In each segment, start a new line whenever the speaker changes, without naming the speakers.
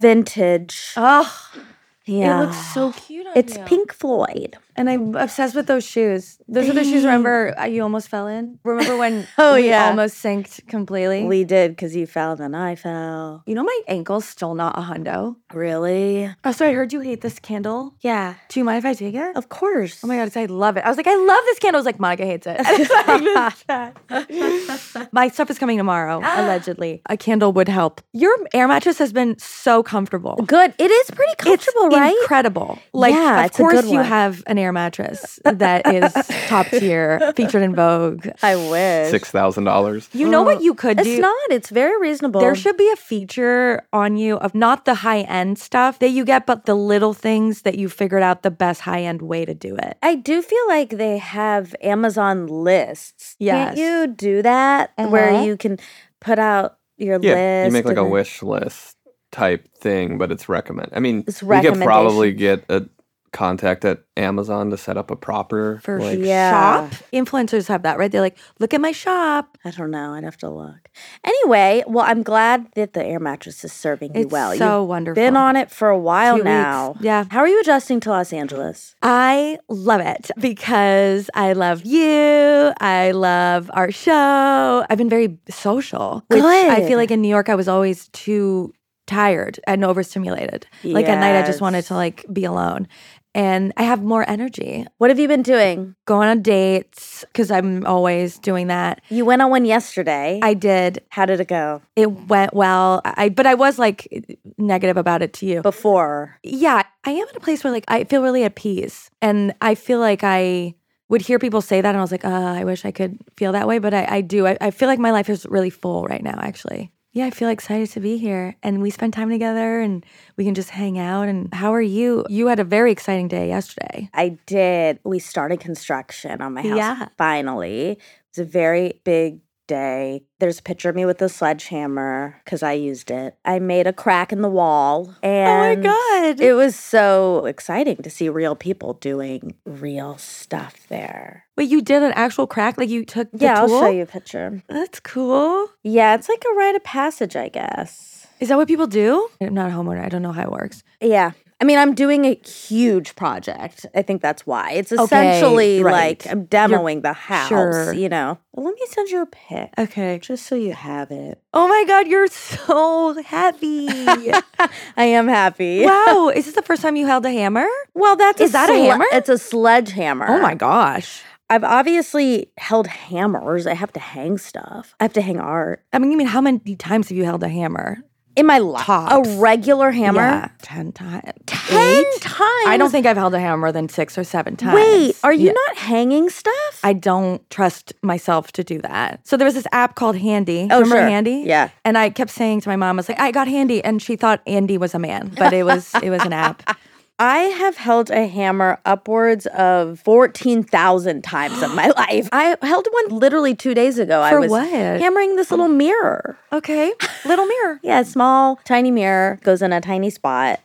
vintage.
Oh,
yeah.
it looks so cute on
it's
you.
Pink Floyd.
And I'm obsessed with those shoes. Those are the shoes. Remember, uh, you almost fell in. Remember when
Oh,
we
yeah.
almost sank completely.
We did because you fell, then I fell.
you know my ankle's still not a hundo.
Really?
Oh, so I heard you hate this candle.
Yeah.
Do you mind if I take it?
Of course.
Oh my god, it's- I love it. I was like, I love this candle. I was like, Monica hates it. my stuff is coming tomorrow, allegedly. A candle would help. Your air mattress has been so comfortable.
Good. It is pretty comfortable,
it's
right?
Incredible. Like,
Yeah,
of
it's a good
course, you
one.
have an air mattress that is top tier, featured in Vogue.
I wish.
Six thousand dollars.
You know what you could
It's
do?
not. It's very reasonable.
There should be a feature on you of not the high end stuff that you get, but the little things that you figured out the best high end way to do it.
I do feel like they have Amazon lists.
Yes.
Can't you do that
Uh-huh.
where you can put out your
Yeah,
list?
you make like
and
a
then-
wish list type thing, but it's recommend. I mean,
It's
we could probably get a contact at Amazon to set up a proper
For
like,
Yeah.
shop, influencers have that, right? They're like, look at my shop.
I don't know. I'd have to look. Anyway, well, I'm glad that the air mattress is serving you
It's
well.
so
You've
wonderful.
been on it for a while
Two weeks.
now.
Yeah.
How are you adjusting to Los Angeles?
I love it because I love you. I love our show. I've been very social, which I
Good.
feel like in New York I was always too tired and overstimulated. Like at night I just wanted to
Yes.
like be alone. And I have more energy.
What have you been doing?
Going on dates because I'm always doing that.
You went on one yesterday.
I did.
How did it go?
It went well. I but I was like negative about it to you.
Before.
yeah, I am in a place where like I feel really at peace. And I feel like I would hear people say that and I was like, uh, I wish I could feel that way. But I, I do. I, I feel like my life is really full right now, actually. Yeah, I feel excited to be here. And we spend time together and we can just hang out. And how are you? You had a very exciting day yesterday.
I did. We started construction on my house
Yeah.
finally. It was a very big day. There's a picture of me with a sledgehammer because I used it. I made a crack in the wall. And
Oh God.
It was so exciting to see real people doing real stuff there.
Wait, you did an actual crack? Like you took the
yeah, I'll show
tool?
you a picture.
That's cool.
Yeah, it's like a rite of passage, I guess.
Is that what people do? I'm not a homeowner. I don't know how it works.
Yeah. I mean, I'm doing a huge project. I think that's why. It's
Okay,
essentially
right.
like I'm demoing the house,
sure.
you know. Well, let me send you a pic
Okay.
just so you have it.
Oh my God, you're so happy.
I am happy.
wow. Is this the first time you held a hammer?
Well, that's
Is that a hammer? Oh
It's a sledgehammer.
gosh.
I've obviously held hammers. I have to hang stuff. I have to hang art
I mean, you mean how many times have you held a hammer?
in my life.
Tops.
A regular hammer.
Yeah, ten times.
Ten times.
I don't think I've held a hammer more than six or seven times.
Wait, are you
Yeah.
not hanging stuff?
I don't trust myself to do that. So there was this app called Handy.
Oh,
Remember
sure.
Handy?
Yeah.
And I kept saying to my mom, I was like, I got Handy, and she thought Andy was a man, but it was it was an app.
I have held a hammer upwards of 14,000 times in my life. I held one literally two days ago. I
For
was
what?
hammering this little mirror.
Okay, little mirror.
Yeah, small, tiny mirror goes in a tiny spot.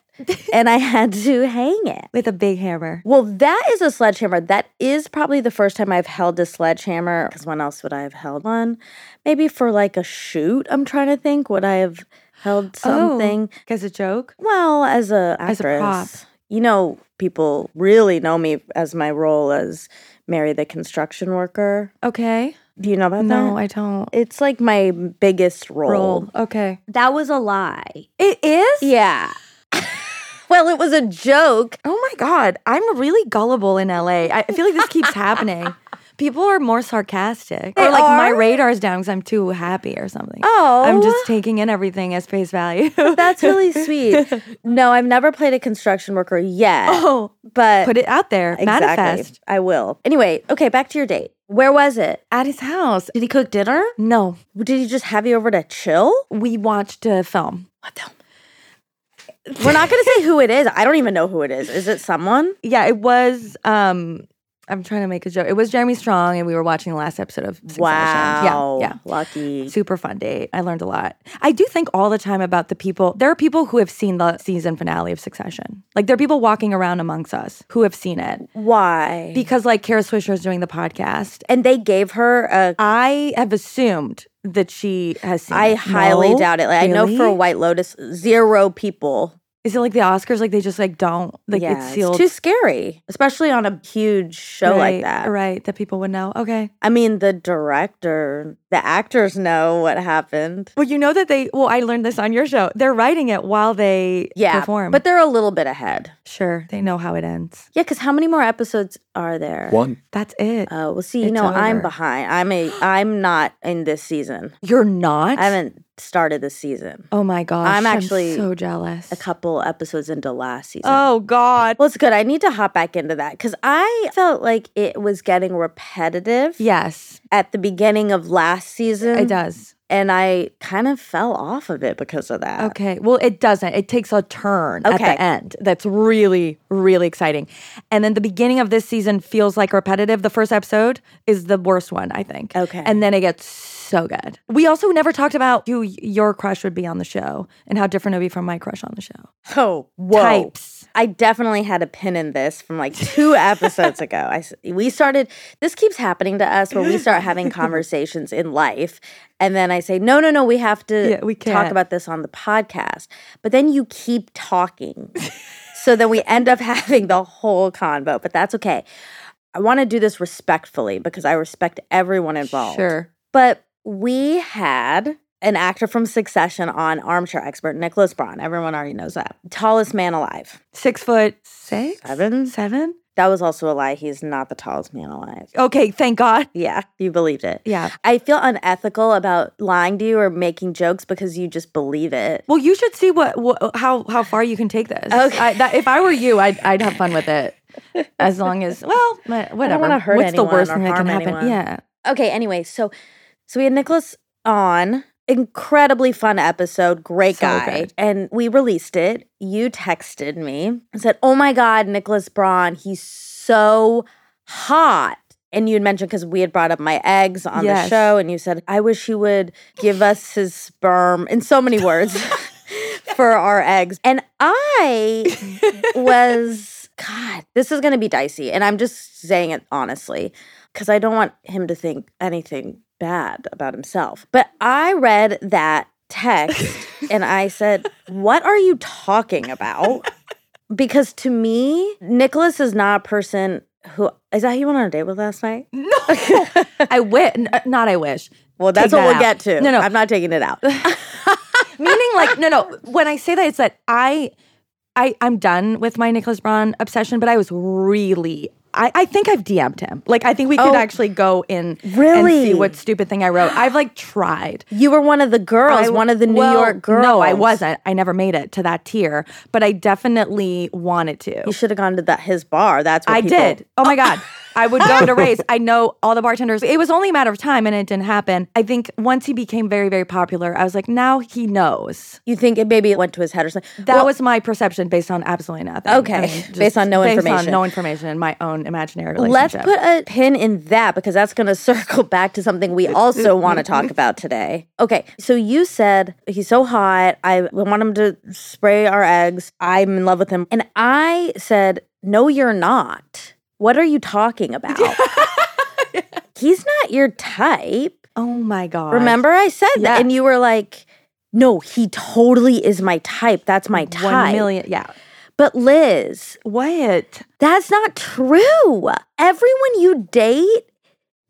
and I had to hang it.
With a big hammer.
Well, that is a sledgehammer. That is probably the first time I've held a sledgehammer because when else would I have held one? Maybe for like a shoot, I'm trying to think. Would I have held something?
Oh, as a joke.
Well, as a
As a
actress,
prop.
you know, people really know me as my role as Mary the construction worker.
Okay.
Do you know about that?
No, I don't.
it's like my biggest role.
Roll. Okay.
That was a lie.
It is?
Yeah. well, it was a joke.
Oh my God. I'm really gullible in LA. I I feel like this keeps happening. People are more sarcastic.
They
or like my
are?
radar's down because I'm too happy or something.
Oh.
I'm just taking in everything as face value.
That's really sweet. No, I've never played a construction worker yet,
oh,
but
put it out there.
exactly,
Manifest.
I will. Anyway, okay, back to your date. Where was it?
At his house.
Did he cook dinner?
No,
Did he just have you over to chill?
we watched a film.
We're not going to say who it is. I don't even know who it is. Is it someone?
Yeah, it was. um I'm trying to make a joke. It was Jeremy Strong, and we were watching the last episode of Succession.
Wow.
Yeah, yeah.
Lucky.
Super fun date. I learned a lot. I do think all the time about the people. There are people who have seen the season finale of Succession. Like there are people walking around amongst us who have seen it
Why?
because like Kara Swisher is doing the podcast.
and they gave her a.
I have assumed that she has seen.
I
it.
highly
No?
doubt it. Like I know for
Really?
White Lotus, zero people.
Is it like the Oscars? Like they just like don't like
yeah,
it's sealed.
too scary, especially on a huge show like
Right,
that.
right? That people would know. Okay.
I mean, the director, the actors know what happened.
Well, you know that they. Well, I learned this on your show. They're writing it while they
Yeah,
perform.
but they're a little bit ahead.
sure, they know how it ends.
Yeah, because how many more episodes are there?
One.
That's it.
Oh, well, see, you
It's
know, I'm
over.
behind. I'm a, I'm not in this season.
You're not.
I haven't started this season.
Oh my gosh.
I'm actually
so jealous.
A couple episodes into last season.
Oh God.
Well, it's good. I need to hop back into that because I felt like it was getting repetitive
Yes,
at the beginning of last season.
it does.
And I kind of fell off of it because of that.
Okay. Well, it doesn't. It takes a turn
uh, Okay.
at the end. That's really, really exciting. And then the beginning of this season feels like repetitive. The first episode is the worst one, I think.
Okay.
And then it gets so good. We also never talked about who y- your crush would be on the show and how different it would be from my crush on the show.
Oh, whoa.
Types.
I definitely had a pin in this from like two episodes ago. I s- we started this keeps happening to us where we start having conversations in life, and then I say no, no, no, we have to
Yeah, we
talk
can't.
about this on the podcast. But then you keep talking, so then we end up having the whole convo. But that's okay. I want to do this respectfully because I respect everyone involved.
Sure.
But we had an actor from Succession on Armchair Expert, Nicholas Braun. Everyone already knows that. Tallest man alive.
Six foot six?
Seven?
Seven?
That was also a lie. He's not the tallest man alive.
Okay. Thank God.
Yeah, you believed it.
Yeah.
I feel unethical about lying to you or making jokes because you just believe it.
Well, you should see what, what how how far you can take this.
Okay.
I, that, if I were you, I'd I'd have fun with it. As long as well, wha- whatever.
wanna hurt
What's the
anyone
worst
or
thing that can
harm
happen?
anyone.
Yeah.
Okay, anyway, so so we had Nicholas on. Incredibly fun episode, great
So
guy.
good.
And we released it. You texted me and said, Oh my God, Nicholas Braun, he's so hot. And you had mentioned because we had brought up my eggs on the
Yes.
show, and you said, I wish he would give us his sperm in so many words for our eggs. And I was God, this is gonna be dicey. And I'm just saying it honestly, because I don't want him to think anything bad about himself. But I read that text and I said, What are you talking about? Because to me, Nicholas is not a person who is that who you went on a date with last night?
Mm-hmm. No. I wish. Not I wish.
Well, that's
Take
what
that
we'll
out.
get to.
No, no.
I'm not taking it out.
Meaning like no no. When I say that, it's that I I I'm done with my Nicholas Braun obsession, but I was really. I, I think I've DM'd him. Like I think we could
Oh.
actually go in and
Really?
see what stupid thing I wrote. I've like tried.
You were one of the girls,
I-
one of the New
well,
York girls.
No, I wasn't. I never made it to that tier, but I definitely wanted to.
You should have gone to that his bar. That's what
I
people-
did. Oh my God. I would go to race. I know all the bartenders. It was only a matter of time and it didn't happen. I think once he became very, very popular, I was like, now he knows.
You think it maybe it went to his head or something.
That
Well,
was my perception based on absolutely nothing.
Okay.
just
Based on no
Based
information.
on no information and my own imaginary
Let's
relationship.
put a pin in that because that's going to circle back to something we also want to talk about today. Okay, so you said he's so hot. I want him to spray our eggs. I'm in love with him. And I said, No, you're not. What are you talking about? he's not your type.
oh my God.
Remember, I said that.
Yes.
And you were like, No, he totally is my type. That's my type.
One million. Yeah.
But Liz,
What?
That's not true. Everyone you date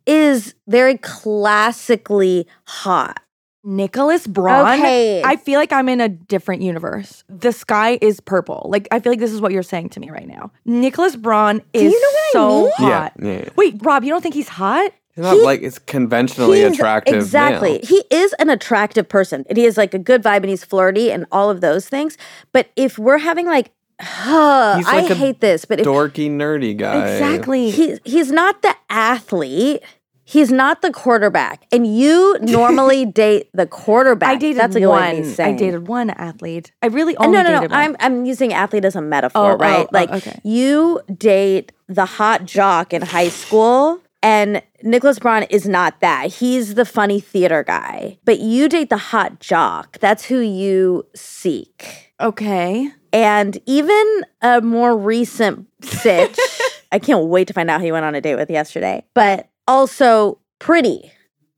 is very classically hot.
Nicholas Braun.
Okay.
I feel like I'm in a different universe. The sky is purple. Like I feel like this is what you're saying to me right now. Nicholas Braun
you
is
know what I
so
mean?
Yeah.
hot.
yeah. yeah.
Wait, Rob, you don't think he's hot?
He's not
He-
like it's conventionally
He is-
attractive. male.
Exactly. He is an attractive person. And he has like a good vibe and he's flirty and all of those things. But if we're having like, huh,
He's
I
like a
hate this, but if
Dorky, nerdy guy.
Exactly.
he, he's not the athlete. He's not the quarterback. And you normally date the quarterback.
I dated
That's like
one.
What he's
I
saying.
dated one athlete. I really
Uh,
only
no, no, no.
dated one.
I'm I'm using athlete as a metaphor,
Oh, oh,
right?
oh,
like
okay.
you date the hot jock in high school, and Nicholas Braun is not that. He's the funny theater guy, but you date the hot jock. That's who you seek.
okay.
And even a more recent sitch, I can't wait to find out who you went on a date with yesterday, but also pretty.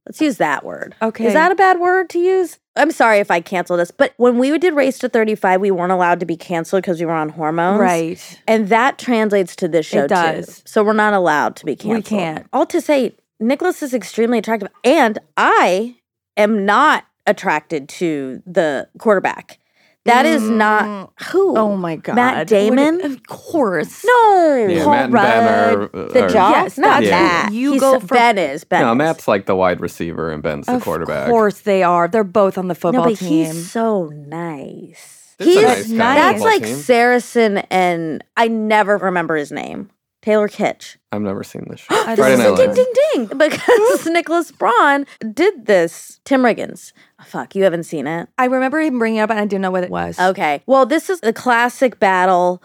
Let's use that word.
Okay.
Is that a bad word to use? I'm sorry if I cancel this, but when we did Race to 35, we weren't allowed to be canceled because we were on hormones.
right?
And that translates to this show
It does.
too. So we're not allowed to be canceled.
can't.
All to say, Nicholas is extremely attractive, and I am not attracted to the quarterback. That is not who.
Oh my god,
Matt
What-
Damon?
of course.
no,
Yeah,
Paul
Matt and
Rudd,
Ben are-
the
are-
job.
Yes,
not
that's who
Matt.
you
He's-
go for-
Ben is Ben.
No,
is.
Matt's like the wide receiver and Ben's the
Of
quarterback.
course they are. They're both on the
No,
football
but
team.
he's so nice.
There's a
he's
nice
guy on
that's
the
like
football team.
Saracen and I never remember his name. Taylor Kitsch.
I've never seen this show.
I
Friday
this
Night
is a ding
Lights.
ding ding because Nicholas Braun did this. Tim Riggins. Oh, Fuck, you haven't seen it.
I remember him bringing it up, and I didn't know what it was.
Okay. Well, this is the classic battle.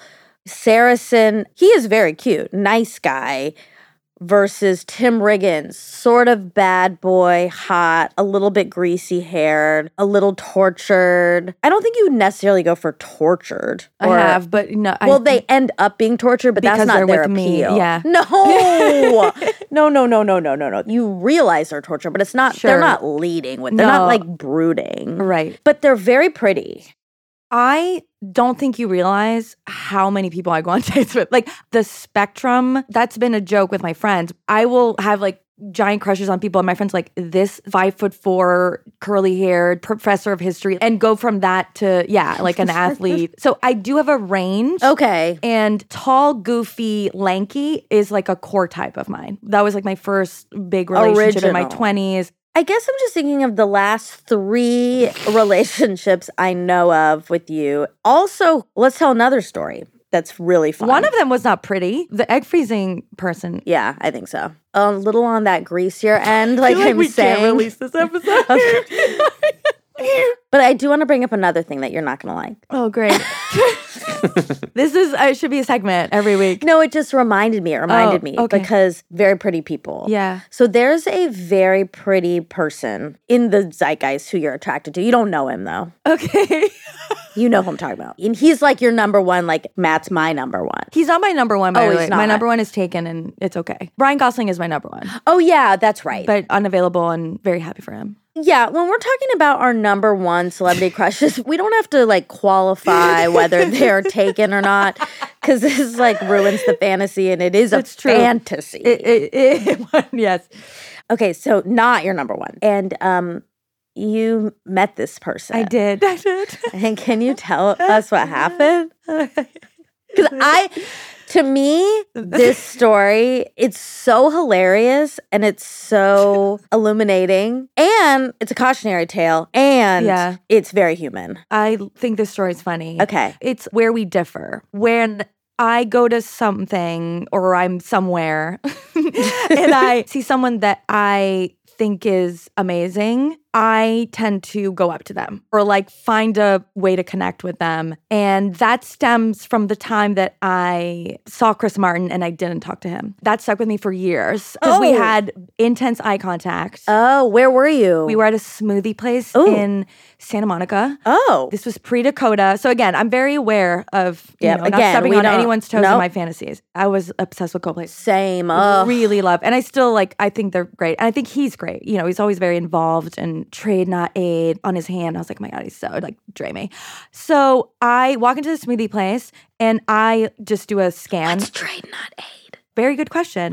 Saracen, he is very cute, nice guy, versus Tim Riggins, sort of bad boy, hot, a little bit greasy haired, a little tortured. I don't think you would necessarily go for tortured.
I
or-
have, but no. I-
Well, they end up being tortured, but that's
Because
not
they're
their
with me,
appeal.
yeah.
No. no, no, no, no, no, no, no. You realize they're tortured, but it's not, they're
Sure.
not leading with, they're not
No.
like brooding.
right.
But they're very pretty.
I don't think you realize how many people I go on dates with. Like the spectrum, that's been a joke with my friends. I will have like giant crushes on people, and my friends like this five foot four, curly haired professor of history, and go from that to yeah, like an athlete. So I do have a range.
Okay.
And tall, goofy, lanky is like a core type of mine. That was like my first big relationship in my
Original.
20s.
I guess I'm just thinking of the last three relationships I know of with you. Also, let's tell another story that's really fun.
One of them was not pretty. The egg freezing person.
yeah, I think so. A little on that greasier end, like,
I feel like
I'm
we
saying.
can't release this episode.
But I do want to bring up another thing that you're not going to like.
Oh, great. this is, I should be a segment every week.
No, it just reminded me. It reminded
Oh,
me
okay.
because very pretty people.
Yeah.
So there's a very pretty person in the zeitgeist who you're attracted to. You don't know him though.
Okay.
You know who I'm talking about. And he's like your number one, like Matt's my number one.
He's not my number one, by
Oh,
the
he's
way.
not.
My number one is taken and it's okay. Brian Gosling is my number one,
Oh yeah, that's right.
but unavailable and very happy for him.
Yeah, when we're talking about our number one celebrity crushes, we don't have to like qualify whether they're taken or not, because this like ruins the fantasy, and it is a
It's true.
fantasy.
It, it, it, yes.
okay, so not your number one, and um, you met this person.
I did. I did.
and can you tell us what happened? Because I, to me, this story it's so hilarious and it's so illuminating, and it's a cautionary tale, and
Yeah.
it's very human.
I think this story is funny.
Okay.
It's where we differ. When I go to something or I'm somewhere and I see someone that I think is amazing, I tend to go up to them or like find a way to connect with them. And that stems from the time that I saw Chris Martin and I didn't talk to him. That stuck with me for years because we
Oh.
had intense eye contact.
Oh, where were you?
we were at a smoothie place
Ooh.
in Santa Monica.
Oh,
This was pre Dakota. So again, I'm very aware of you
Yeah,
know,
again,
not stepping
we
on
don't-
anyone's toes
no.
in my fantasies. I was obsessed with Coldplay.
same. Oh. Ugh.
Really love, and I still like. I think they're great, and I think he's great. You know, he's always very involved and trade not aid on his hand. I was like, "Oh my God, he's so like Dre me. So I walk into the smoothie place, and I just do a scan.
trade not aid.
Very good question.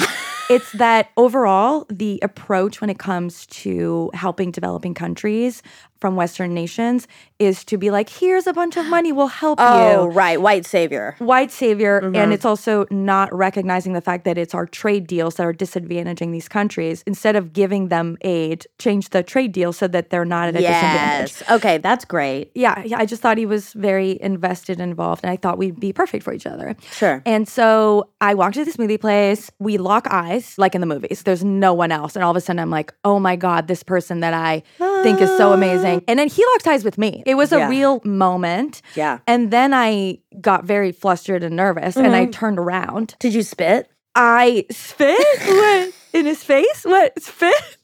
it's that overall, the approach when it comes to helping developing countries from Western nations is to be like, here's a bunch of money, we'll help
Oh, Mm-hmm.
you.
right, white savior.
White savior, and it's also not recognizing the fact that it's our trade deals that are disadvantaging these countries. Instead of giving them aid, change the trade deal so that they're not at a disadvantage
Yes. Okay, that's great.
yeah, yeah, I just thought he was very invested and involved, and I thought we'd be perfect for each other.
Sure.
And so I walked to the smoothie place. We lock eyes, like in the movies. There's no one else, and all of a sudden I'm like, oh my god, this person that I think is so amazing. And then he locked eyes with me. It was a
Yeah.
real moment.
Yeah.
And then I got very flustered and nervous, and I turned around.
Did you spit?
I spit what, in his face. What spit?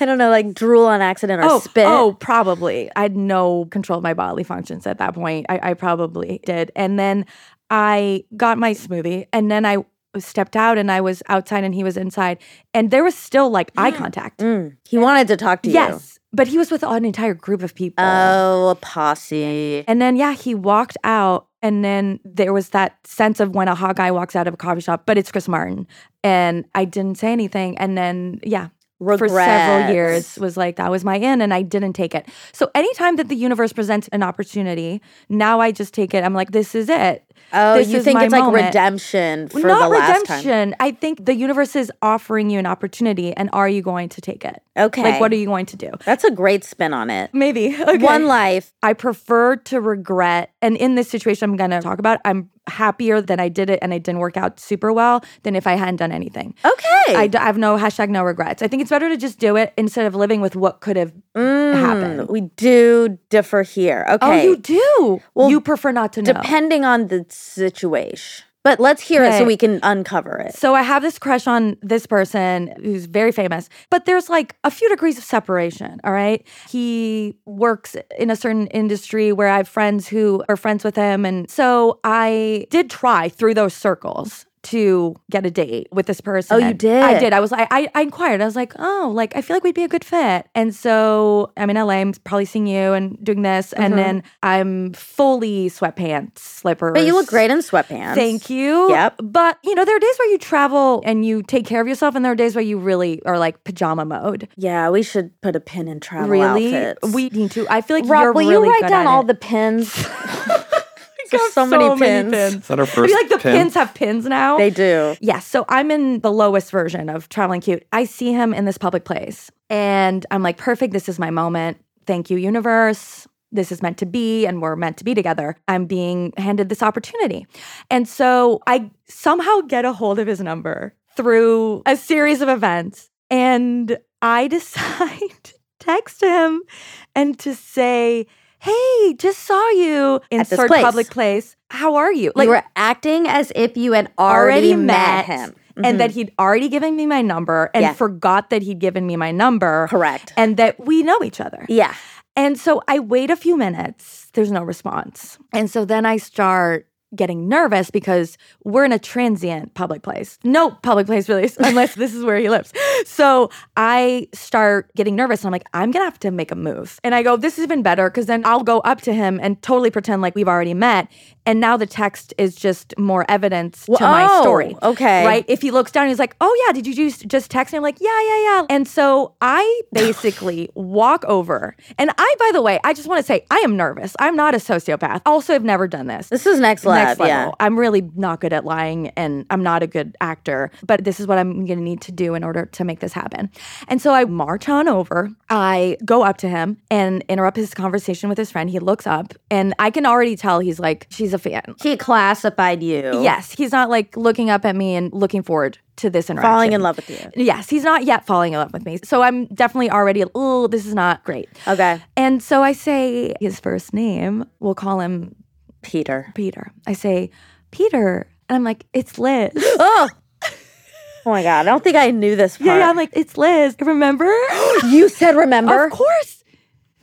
I don't know, like drool on accident or
oh,
spit.
Oh, probably. I had no control of my bodily functions at that point. I, I probably did. And then I got my smoothie and then I stepped out and I was outside and he was inside, and there was still like eye contact.
Mm. He wanted to talk to you.
Yes, but he was with an entire group of people.
Oh, a posse.
And then yeah, he walked out, and then there was that sense of when a hot guy walks out of a coffee shop, but it's Chris Martin, and I didn't say anything, and then yeah,
Regrets.
for several years was like that was my in, and I didn't take it. So anytime that the universe presents an opportunity, now I just take it. I'm like, this is it.
Oh,
This
you
is
think
my
it's like
moment.
redemption for
Not
the last time?
redemption. I think the universe is offering you an opportunity, and are you going to take it?
Okay.
Like, what are you going to do?
That's a great spin on it.
Maybe okay.
One life.
I prefer to regret. And in this situation, I'm going to talk about, I'm happier that I did it and it didn't work out super well than if I hadn't done anything.
Okay.
I, d- I have no hashtag no regrets. I think it's better to just do it instead of living with what could have. happened.
Mm, We do differ here. Okay.
Oh, you do.
Well,
you prefer not to know.
Depending on the situation. But let's hear it so
Okay.
we can uncover it.
so I have this crush on this person who's very famous, but there's like a few degrees of separation, all right? He works in a certain industry where I have friends who are friends with him and so I did try through those circles to get a date with this person.
Oh, you
And I
did?
did. I was like I I inquired. I was like, "Oh, like I feel like we'd be a good fit." And so I'm in LA, I'm probably seeing you and doing this
Mm-hmm.
and then I'm fully sweatpants, slippers.
But you look great in sweatpants.
Thank you.
Yep.
But you know, there are days where you travel and you take care of yourself, and there are days where you really are like pajama mode.
Yeah, we should put a pin in travel
really,
outfits.
we need to. I feel like
Rob,
you're
will
really
you write
good
down
at
all
it.
the pins? There's so,
pins.
that our
I
first
feel like the
pin?
pins have pins now.
They do.
Yeah, so I'm in the lowest version of traveling cute. I see him in this public place and I'm like, perfect, this is my moment. Thank you, universe. This is meant to be, and we're meant to be together. I'm being handed this opportunity. And so I somehow get a hold of his number through a series of events. And I decide to text him and to say, Hey, just saw you in
At this
sort
place.
public place. How are you?
you were acting as if you had already, met, him. Mm-hmm.
and that he'd already given me my number and
Yeah.
forgot that he'd given me my number
Correct.
and that we know each other.
yeah.
And so I wait a few minutes, there's no response. And so then I start getting nervous because we're in a transient public place. No public place really unless this is where he lives. So I start getting nervous and I'm like I'm going to have to make a move. And I go this is even better cuz then I'll go up to him and totally pretend like we've already met and now the text is just more evidence to my
oh,
story.
okay.
Right? If he looks down he's like, "Oh yeah, did you just just text me?" I'm like, "Yeah, yeah, yeah." And so I basically walk over. And I by the way, I just want to say I am nervous. I'm not a sociopath. Also, I've never done this.
This is next level.
Next level. I'm really not good at lying and I'm not a good actor, but this is what I'm going to need to do in order to make this happen. And so I march on over. I go up to him and interrupt his conversation with his friend. He looks up and I can already tell he's like, she's a fan.
Yeah. He classified you.
Yes, he's not like looking up at me and looking forward to this interaction.
Falling in love with you.
Yes, he's not yet falling in love with me. So I'm definitely already, oh, this is not great.
Okay.
And so I say his first name, we'll call him
Peter.
Peter. I say, Peter. And I'm like, it's Liz.
Oh. Oh my God. I don't think I knew this part.
yeah, yeah, I'm like, it's Liz. Remember?
you said remember?
of course.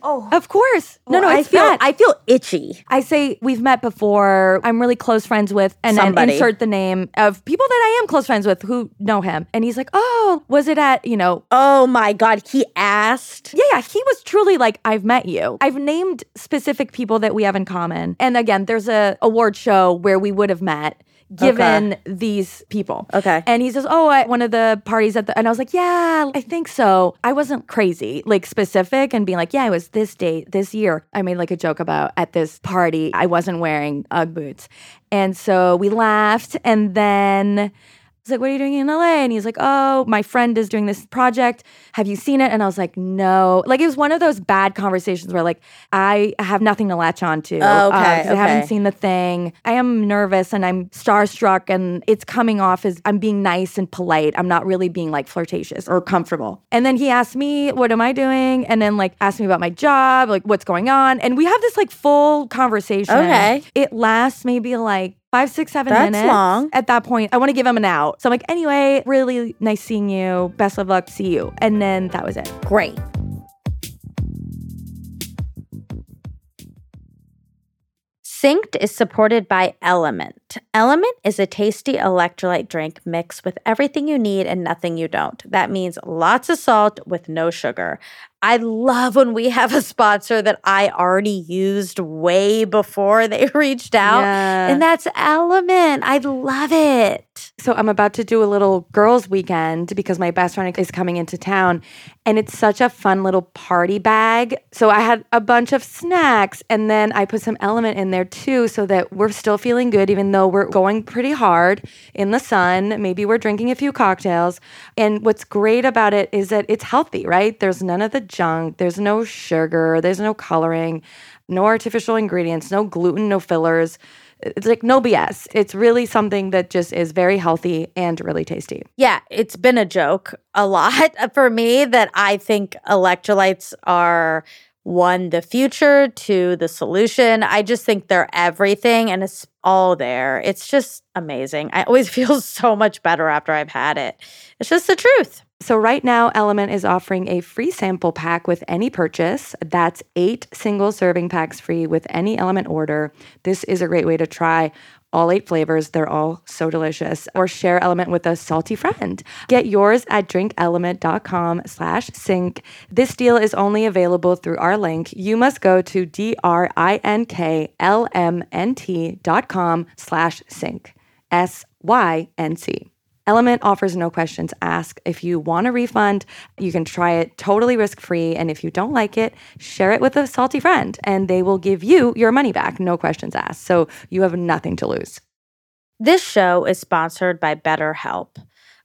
Oh.
Of course. No, no,
I
it's
feel
Matt.
I feel itchy.
I say we've met before. I'm really close friends with, and then
Somebody.
insert the name of people that I am close friends with who know him. And he's like, oh, was it at, you know,
Oh my God. He asked.
yeah, yeah, he was truly like, I've met you. I've named specific people that we have in common. And again, there's a award show where we would have met given these people.
Okay.
And he says, Oh, at one of the parties at the and I was like, Yeah, I think so. I wasn't crazy, like specific and being like, Yeah, it was this date this year. I made like a joke about at this party, I wasn't wearing Ugg boots. And so we laughed and then I was like, what are you doing in LA? And he's like, oh, my friend is doing this project. Have you seen it? And I was like, no. Like, it was one of those bad conversations where, like, I have nothing to latch on to. uh,
Oh, okay,
'cause I haven't
okay.
seen the thing. I am nervous and I'm starstruck, and it's coming off as I'm being nice and polite. I'm not really being like flirtatious or comfortable. And then he asked me, what am I doing? And then, like, asked me about my job, like, what's going on. And we have this, like, full conversation.
Okay.
It lasts maybe like, Five, six, seven
That's
minutes.
long.
At that point, I want to give him an out. So I'm like, anyway, really nice seeing you. Best of luck. See you. And then that was it.
Great. Synced is supported by Element. Element. Element is a tasty electrolyte drink mixed with everything you need and nothing you don't. That means lots of salt with no sugar. I love when we have a sponsor that I already used way before they reached out.
Yeah.
And that's Element. I love it.
So I'm about to do a little girls' weekend because my best friend is coming into town, and it's such a fun little party bag. So I had a bunch of snacks, and then I put some element in there too, so that we're still feeling good, even though we're going pretty hard in the sun. Maybe we're drinking a few cocktails, and what's great about it is that it's healthy, right? There's none of the junk. There's no sugar. There's no coloring. No artificial ingredients. No gluten. No fillers it's like no BS. It's really something that just is very healthy and really tasty.
Yeah, it's been a joke a lot for me that I think electrolytes are one, the future, two, the solution. I just think they're everything and it's all there. It's just amazing. I always feel so much better after I've had it. It's just the truth.
So, right now, Element is offering a free sample pack with any purchase. That's eight single serving packs free with any Element order. This is a great way to try all eight flavors. They're all so delicious. Or share Element with a salty friend. Get yours at drinkelement.com slash sync. This deal is only available through our link. You must go to D-R-I-N-K-L-M-N-T dot com slash sync. S-Y-N-C. Element offers no questions asked. If you want a refund, you can try it totally risk free. And if you don't like it, share it with a salty friend and they will give you your money back, no questions asked. So you have nothing to lose.
This show is sponsored by BetterHelp.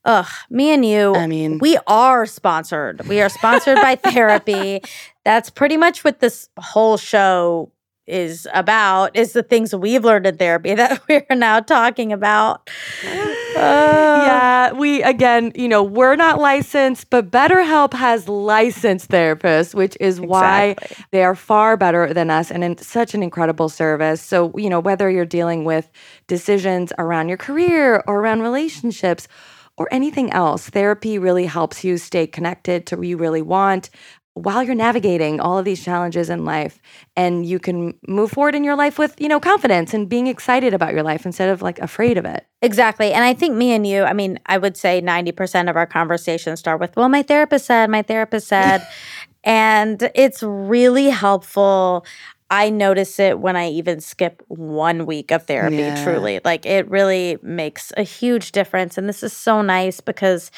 Ugh, me and you.
I mean-
we are sponsored. We are sponsored by therapy. That's pretty much what this whole show is about. Is the things we've learned in therapy that we are now talking about.
uh, yeah, we again, you know, we're not licensed, but BetterHelp has licensed therapists, which is why they are far better than us and it's such an incredible service. So, you know, whether you're dealing with decisions around your career or around relationships or anything else, therapy really helps you stay connected to what you really want while you're navigating all of these challenges in life and you can move forward in your life with, you know, confidence and being excited about your life instead of like afraid of it.
Exactly. And I think me and you, I mean, I would say 90% of our conversations start with, well, my therapist said, my therapist said. and it's really helpful. I notice it when I even skip one week of therapy,
Yeah.
truly. Like it really makes a huge difference. And this is so nice because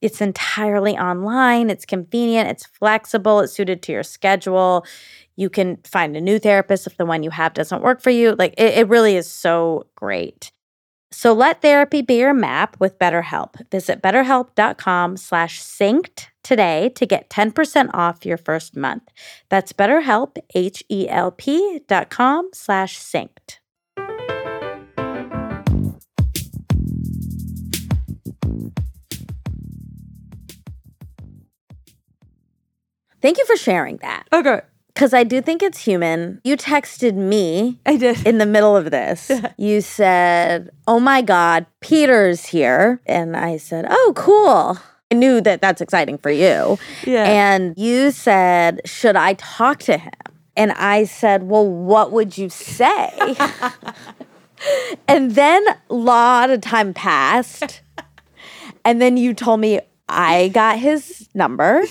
it's entirely online, it's convenient, it's flexible, it's suited to your schedule. You can find a new therapist if the one you have doesn't work for you. Like it, it really is so great. So let therapy be your map with BetterHelp. Visit betterhelp.com slash synced today to get 10% off your first month. That's betterhelp, H-E-L-P dot com slash synced. Thank you for sharing that
Okay.
because I do think it's human. You texted me
I did.
in the middle of this, you said, Oh my God, Peter's here. And I said, Oh, cool. I knew that that's exciting for you.
Yeah.
And you said, Should I talk to him? And I said, Well, what would you say? and then a lot of time passed. And then you told me I got his number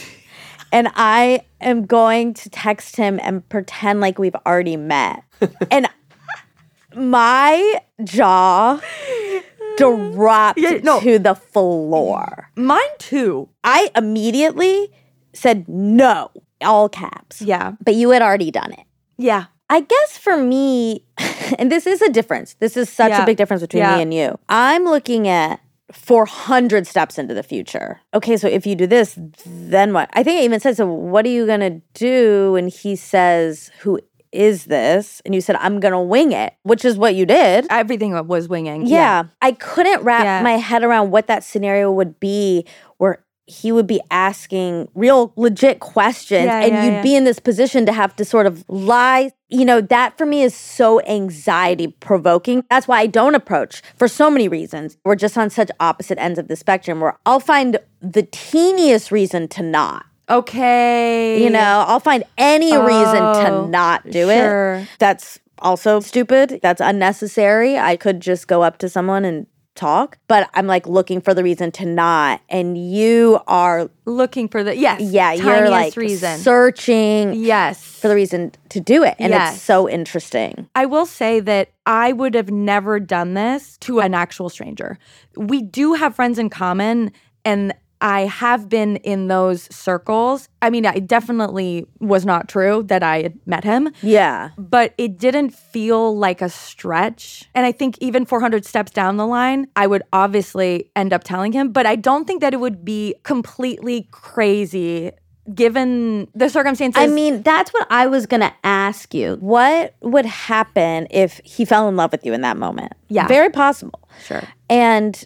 and I am going to text him and pretend like we've already met. and my jaw dropped
Yeah, no.
to the floor.
Mine too.
I immediately said no, all caps.
Yeah.
But you had already done it.
Yeah.
I guess for me, and this is a difference. This is such
Yeah.
a big difference between
Yeah.
me and you. I'm looking at 400 steps into the future. Okay, so if you do this, then what? I think I even said, So what are you going to do? And he says, Who is this? And you said, I'm going to wing it, which is what you did.
Everything was winging.
Yeah. I couldn't wrap
Yeah.
my head around what that scenario would be where he would be asking real legit questions
Yeah,
and
yeah,
you'd
yeah.
be in this position to have to sort of lie. You know, that for me is so anxiety provoking. That's why I don't approach for so many reasons. We're just on such opposite ends of the spectrum where I'll find the teeniest reason to not.
Okay.
You know, I'll find any reason
Oh,
to not do
sure.
it. That's also stupid. That's unnecessary. I could just go up to someone and talk, but I'm like looking for the reason to not. And you are,
Looking for the yes,
yeah, you're
tiniest
like
reason.
searching
yes,
for the reason to do it. And
Yes.
it's so interesting.
I will say that I would have never done this to an actual stranger. We do have friends in common, and I have been in those circles. I mean, it definitely was not true that I had met him,
Yeah.
but it didn't feel like a stretch. And I think even 400 steps down the line, I would obviously end up telling him, but I don't think that it would be completely crazy given the circumstances.
I mean, that's what I was going to ask you. What would happen if he fell in love with you in that moment?
Yeah.
Very possible.
sure.
And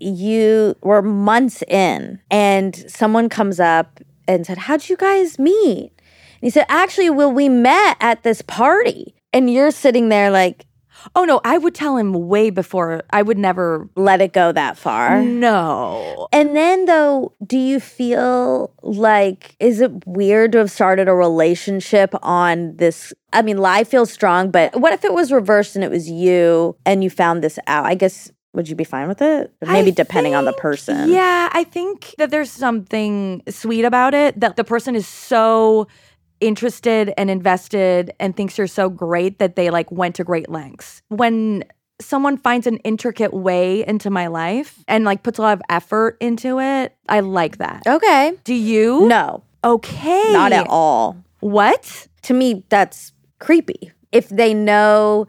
you were months in, and someone comes up and said, How'd you guys meet? And he said, Actually, well, we met at this party. And you're sitting there like,
Oh no, I would tell him way before. I would never.
Let it go that far.
Mm-hmm. No.
And then, though, do you feel like, is it weird to have started a relationship on this? I mean, lie feels strong, but what if it was reversed and it was you and you found this out? I guess, would you be fine with it?
I
Maybe depending on the
think-
person.
Yeah, I think that there's something sweet about it that the person is so interested and invested and thinks you're so great that they like went to great lengths. When someone finds an intricate way into my life and like puts a lot of effort into it, I like that.
Okay.
Do you?
No,
Okay.
not at all.
What?
To me, that's creepy. If they know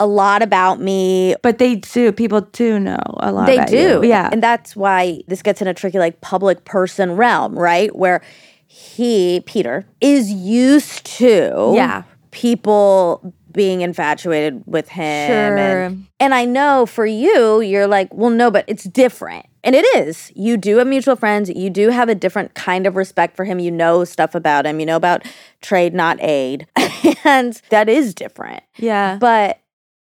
a lot about me
But they do. People do know a lot.
They
about
do.
you. Yeah.
And that's why this gets in a tricky, like, public person realm, right? Where he, Peter, is used to
Yeah.
people being infatuated with him.
Sure.
And, and I know for you, you're like, well, no, but it's different. And it is. You do have mutual friends. You do have a different kind of respect for him. You know stuff about him. You know about trade, not aid. and that is different.
yeah.
But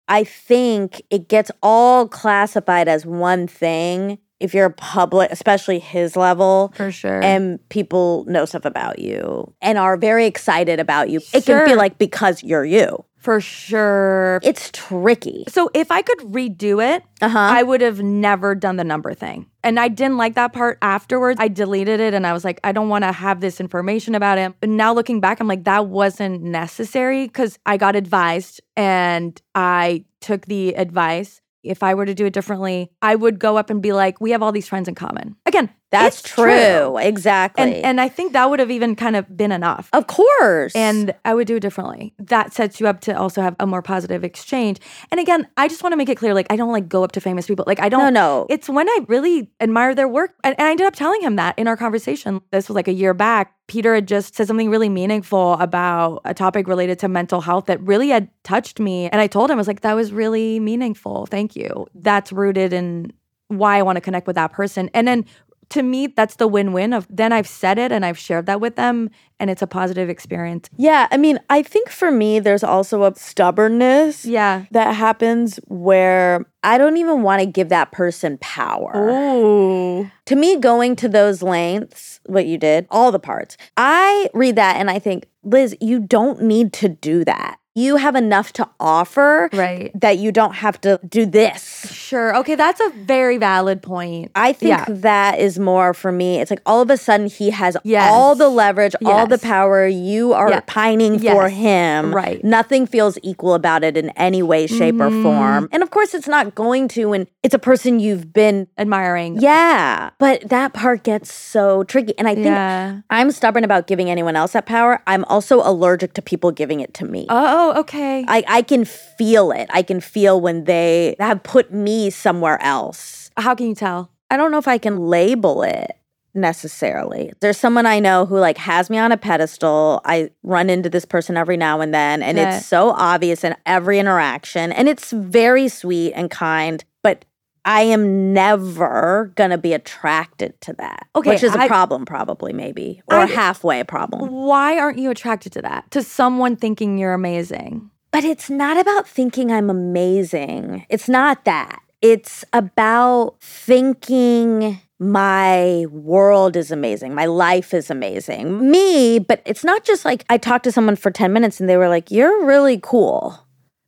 I think it gets all classified as one thing if you're a public, especially his level,
for sure.
and people know stuff about you and are very excited about you. It can
Sure.
feel like because you're you.
for sure.
It's tricky.
So if I could redo it,
Uh huh.
I would have never done the number thing. And I didn't like that part afterwards. I deleted it and I was like, I don't want to have this information about him. And now looking back, I'm like, that wasn't necessary because I got advised and I took the advice. If I were to do it differently, I would go up and be like, we have all these friends in common. Again,
That's
it's
true. Exactly.
And, and I think that would have even kind of been enough.
of course.
And I would do it differently. That sets you up to also have a more positive exchange. And again, I just want to make it clear like, I don't like go up to famous people. Like, I
no,
don't.
no.
It's when I really admire their work. And, and I ended up telling him that in our conversation. This was like a year back. Peter had just said something really meaningful about a topic related to mental health that really had touched me. And I told him, I was like, that was really meaningful. Thank you. That's rooted in why I want to connect with that person. And then to me, that's the win win of then I've said it and I've shared that with them. And it's a positive experience.
yeah. I mean, I think for me, there's also a stubbornness
Yeah.
that happens where I don't even want to give that person power.
Oh.
to me, going to those lengths, what you did, all the parts, I read that and I think, Liz, you don't need to do that. You have enough to offer
Right.
that you don't have to do this.
Sure. Okay. That's a very valid point.
I think
Yeah.
that is more for me. It's like all of a sudden he has
Yes.
all the leverage, all the
Yes.
power. You are
Yeah.
pining
Yes.
for him.
Right.
Nothing feels equal about it in any way, shape, or
Mm.
form. And of course, it's not going to when it's a person you've been
Admiring.
Yeah. But that part gets so tricky. And I think
Yeah.
I'm stubborn about giving anyone else that power. I'm also allergic to people giving it to me.
Oh, okay.
I, I can feel it. I can feel when they have put me somewhere else.
How can you tell?
I don't know if I can label it necessarily. There's someone I know who like has me on a pedestal. I run into this person every now and then and
Right.
it's so obvious in every interaction and it's very sweet and kind, but I am never going to be attracted to that.
Okay,
which is a
I-
problem probably maybe or
I-
halfway a problem.
Why aren't you attracted to that? To someone thinking you're amazing?
But it's not about thinking I'm amazing. It's not that. It's about thinking my world is amazing. My life is amazing. Me, but it's not just like I talked to someone for 10 minutes and they were like, You're really cool.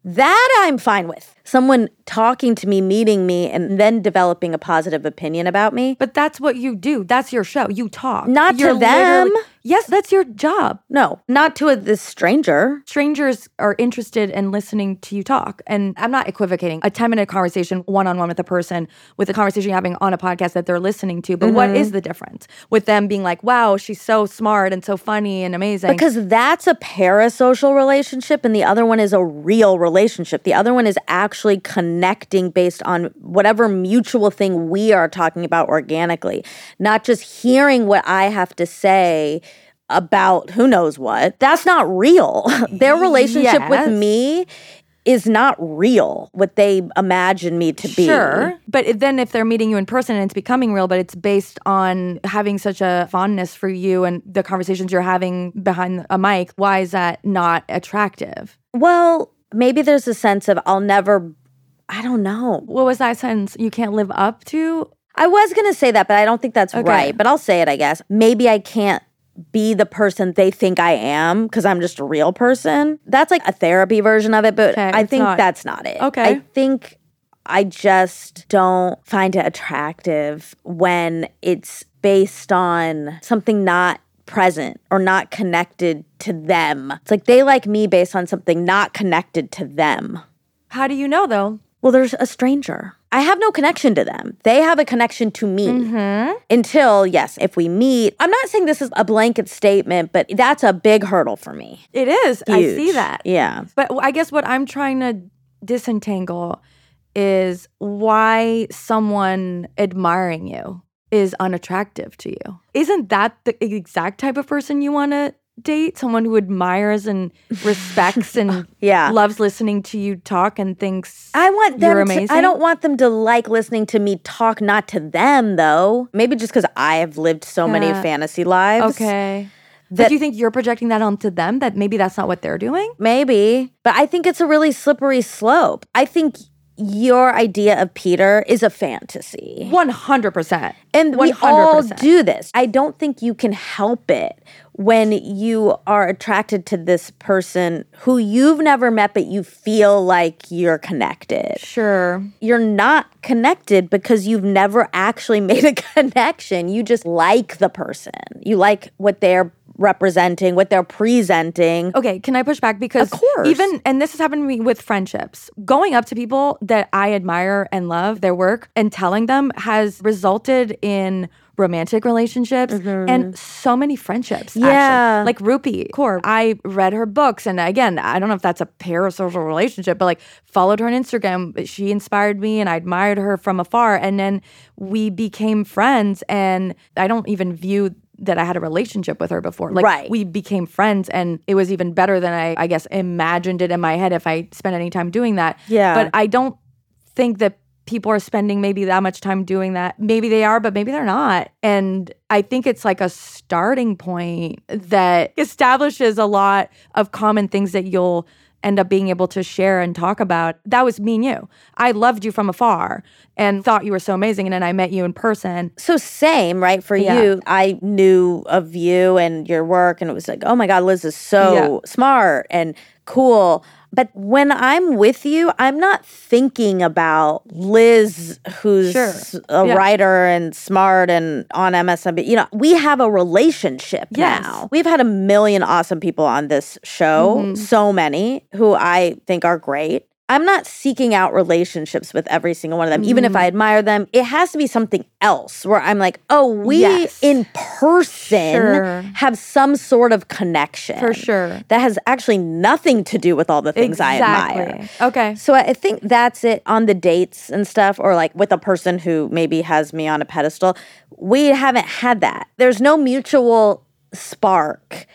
That I'm fine with. Someone talking to me, meeting me, and then developing a positive opinion about me.
But that's what you do. That's your show. You talk.
Not to
You're literally-
them.
Yes, that's your job.
No, not to a, this stranger.
Strangers are interested in listening to you talk. And I'm not equivocating. A 10 minute conversation one on one with a person with a conversation you're having on a podcast that they're listening to. But what
Mm-hmm.
is the difference with them being like, wow, she's so smart and so funny and amazing?
Because that's a parasocial relationship, and the other one is a real relationship. The other one is actually connecting based on whatever mutual thing we are talking about organically, not just hearing what I have to say about who knows what. That's not real. Their relationship
Yes.
with me is not real, what they imagine me to be.
Sure. But it- then if they're meeting you in person and it's becoming real, but it's based on having such a fondness for you and the conversations you're having behind a mic, why is that not attractive?
Well, maybe there's a sense of I'll never, I don't know.
What was that sentence? You can't live up to?
I was going to say that, but I don't think that's
Okay.
right. But I'll say it, I guess. Maybe I can't be the person they think I am because I'm just a real person. That's like a therapy version of it, but
Okay,
I
it's
think
not-
that's not it.
Okay.
I think I just don't find it attractive when it's based on something not present or not connected to them. It's like they like me based on something not connected to them.
How do you know though?
Well, there's a stranger. I have no connection to them. They have a connection to me.
Mm-hmm.
Until, yes, if we meet, I'm not saying this is a blanket statement, but that's a big hurdle for me.
It is. I see
Huge.
that.
Yeah.
But I guess what I'm trying to disentangle is why someone admiring you is unattractive to you. Isn't that the exact type of person you want to date? Someone who admires and respects and
Yeah.
loves listening to you talk and thinks
I want them
You're
to, I
amazing.
don't want them to like listening to me talk, not to them though. Maybe just because I have lived so many
Yeah.
fantasy lives.
okay. but
That-
do you think you're projecting that onto them that maybe that's not what they're doing?
Maybe. But I think it's a really slippery slope. I think your idea of Peter is a fantasy.
100%.
And we
100%.
all do this. I don't think you can help it when you are attracted to this person who you've never met, but you feel like you're connected.
Sure.
You're not connected because you've never actually made a connection. You just like the person, you like what they're representing, what they're presenting.
Okay, can I push back because
Mm-hmm. Of course.
even and this has happened to me with friendships. Going up to people that I admire and love their work and telling them has resulted in romantic relationships and so many friendships.
Mm-hmm. Yeah.
actually. like Rupi Kaur. I read her books, and again, I don't know if that's a parasocial relationship, but like followed her on Instagram. But She inspired me, and I admired her from afar. And then we became friends, and I don't even view that I had a relationship with her before. Like
Right.
we became friends and it was even better than I I guess imagined it in my head if I spent any time doing that.
Yeah.
But I don't think that people are spending maybe that much time doing that. Maybe they are, but maybe they're not. And I think it's like a starting point that establishes a lot of common things that you'll end up being able to share and talk about. That was me and you. I loved you from afar and thought you were so amazing and then I met you in person.
So same, right? For
Yeah.
you, I knew of you and your work, and it was like, oh my God, Liz is so smart and cool. But when I'm with you, I'm not thinking about Liz, who's
Sure.
a
Yeah.
writer and smart and on MSNBC. You know, we have a relationship
Yes.
now. We've had a million awesome people on this show,
Mm-hmm.
so many who I think are great. I'm not seeking out relationships with every single one of them, even if I
Mm-hmm.
admire them. It has to be something else where I'm like, oh, we
Yes.
in person
Sure.
have some sort of connection.
For sure.
That has actually nothing to do with all the things I admire.
Exactly. Okay.
So I I think that's it on the dates and stuff, or like with a person who maybe has me on a pedestal. We haven't had that. There's no mutual spark.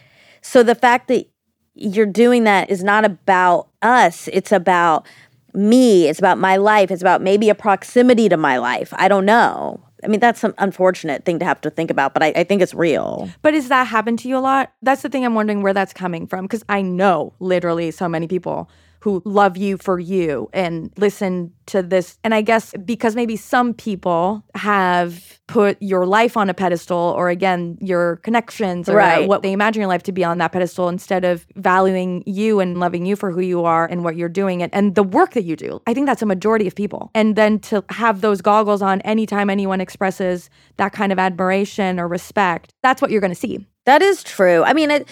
So the fact that you're doing that is not about us, it's about me, it's about my life, it's about maybe a proximity to my life. I don't know. I mean, that's an unfortunate thing to have to think about, but I, I think it's real.
But has that happened to you a lot? That's the thing I'm wondering where that's coming from because I know literally so many people who love you for you and listen to this. And I guess because maybe some people have put your life on a pedestal or again, your connections or
Right.
what they imagine your life to be on that pedestal instead of valuing you and loving you for who you are and what you're doing and, and the work that you do. I think that's a majority of people. And then to have those goggles on anytime anyone expresses that kind of admiration or respect, that's what you're going to see.
That is true. I mean, it,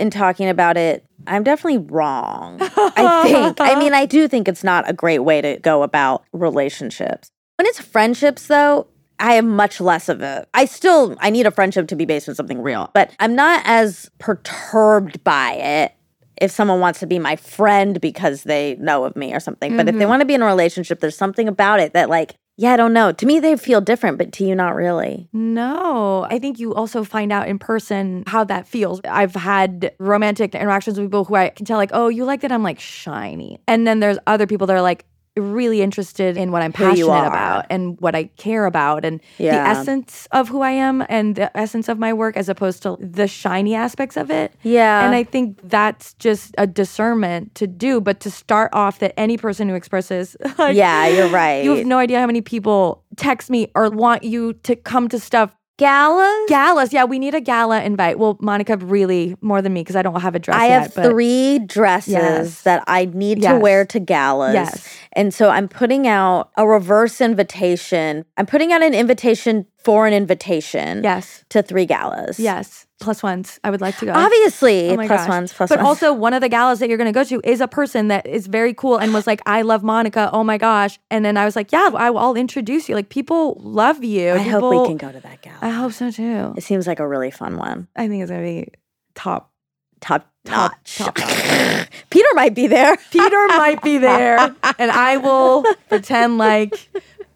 in talking about it, I'm definitely wrong. I think. I mean, I do think it's not a great way to go about relationships. When it's friendships, though, I have much less of it. I still I need a friendship to be based on something real, but I'm not as perturbed by it if someone wants to be my friend because they know of me or something. But if
Mm-hmm.
they want to be in a relationship, there's something about it that like, yeah, I don't know. To me, they feel different, but to you, not really.
No, I think you also find out in person how that feels. I've had romantic interactions with people who I can tell, like, oh, you like that I'm like shiny. And then there's other people that are like really interested in what I'm
Who you
passionate
are.
about and what I care about and
Yeah.
the essence of who I am and the essence of my work as opposed to the shiny aspects of it.
Yeah.
And I think that's just a discernment to do, but to start off that any person who expresses, like,
Yeah, you're right.
You have no idea how many people text me or want you to come to stuff.
Galas?
Galas, yeah, we need a gala invite. Well, Monica, really more than me because I don't have a dress
I
yet.
have
but
three dresses
Yes.
that I need to
Yes.
wear to galas.
Yes.
And so I'm putting out a reverse invitation. I'm putting out an invitation for an invitation
yes,
to three galas.
yes, plus ones. I would like to go.
Obviously,
Oh my
plus
gosh.
ones, plus
but
ones.
also one of the galas that you're going to go to is a person that is very cool and was like, "I love Monica." Oh my gosh! And then I was like, "Yeah, I- I'll introduce you." Like people love you.
I hope we
People-
can go to that gala.
I hope so too.
it seems like a really fun one.
I think it's gonna be top.
Top
Top-
notch.
top
Peter might be there.
Peter might be there, and I will pretend like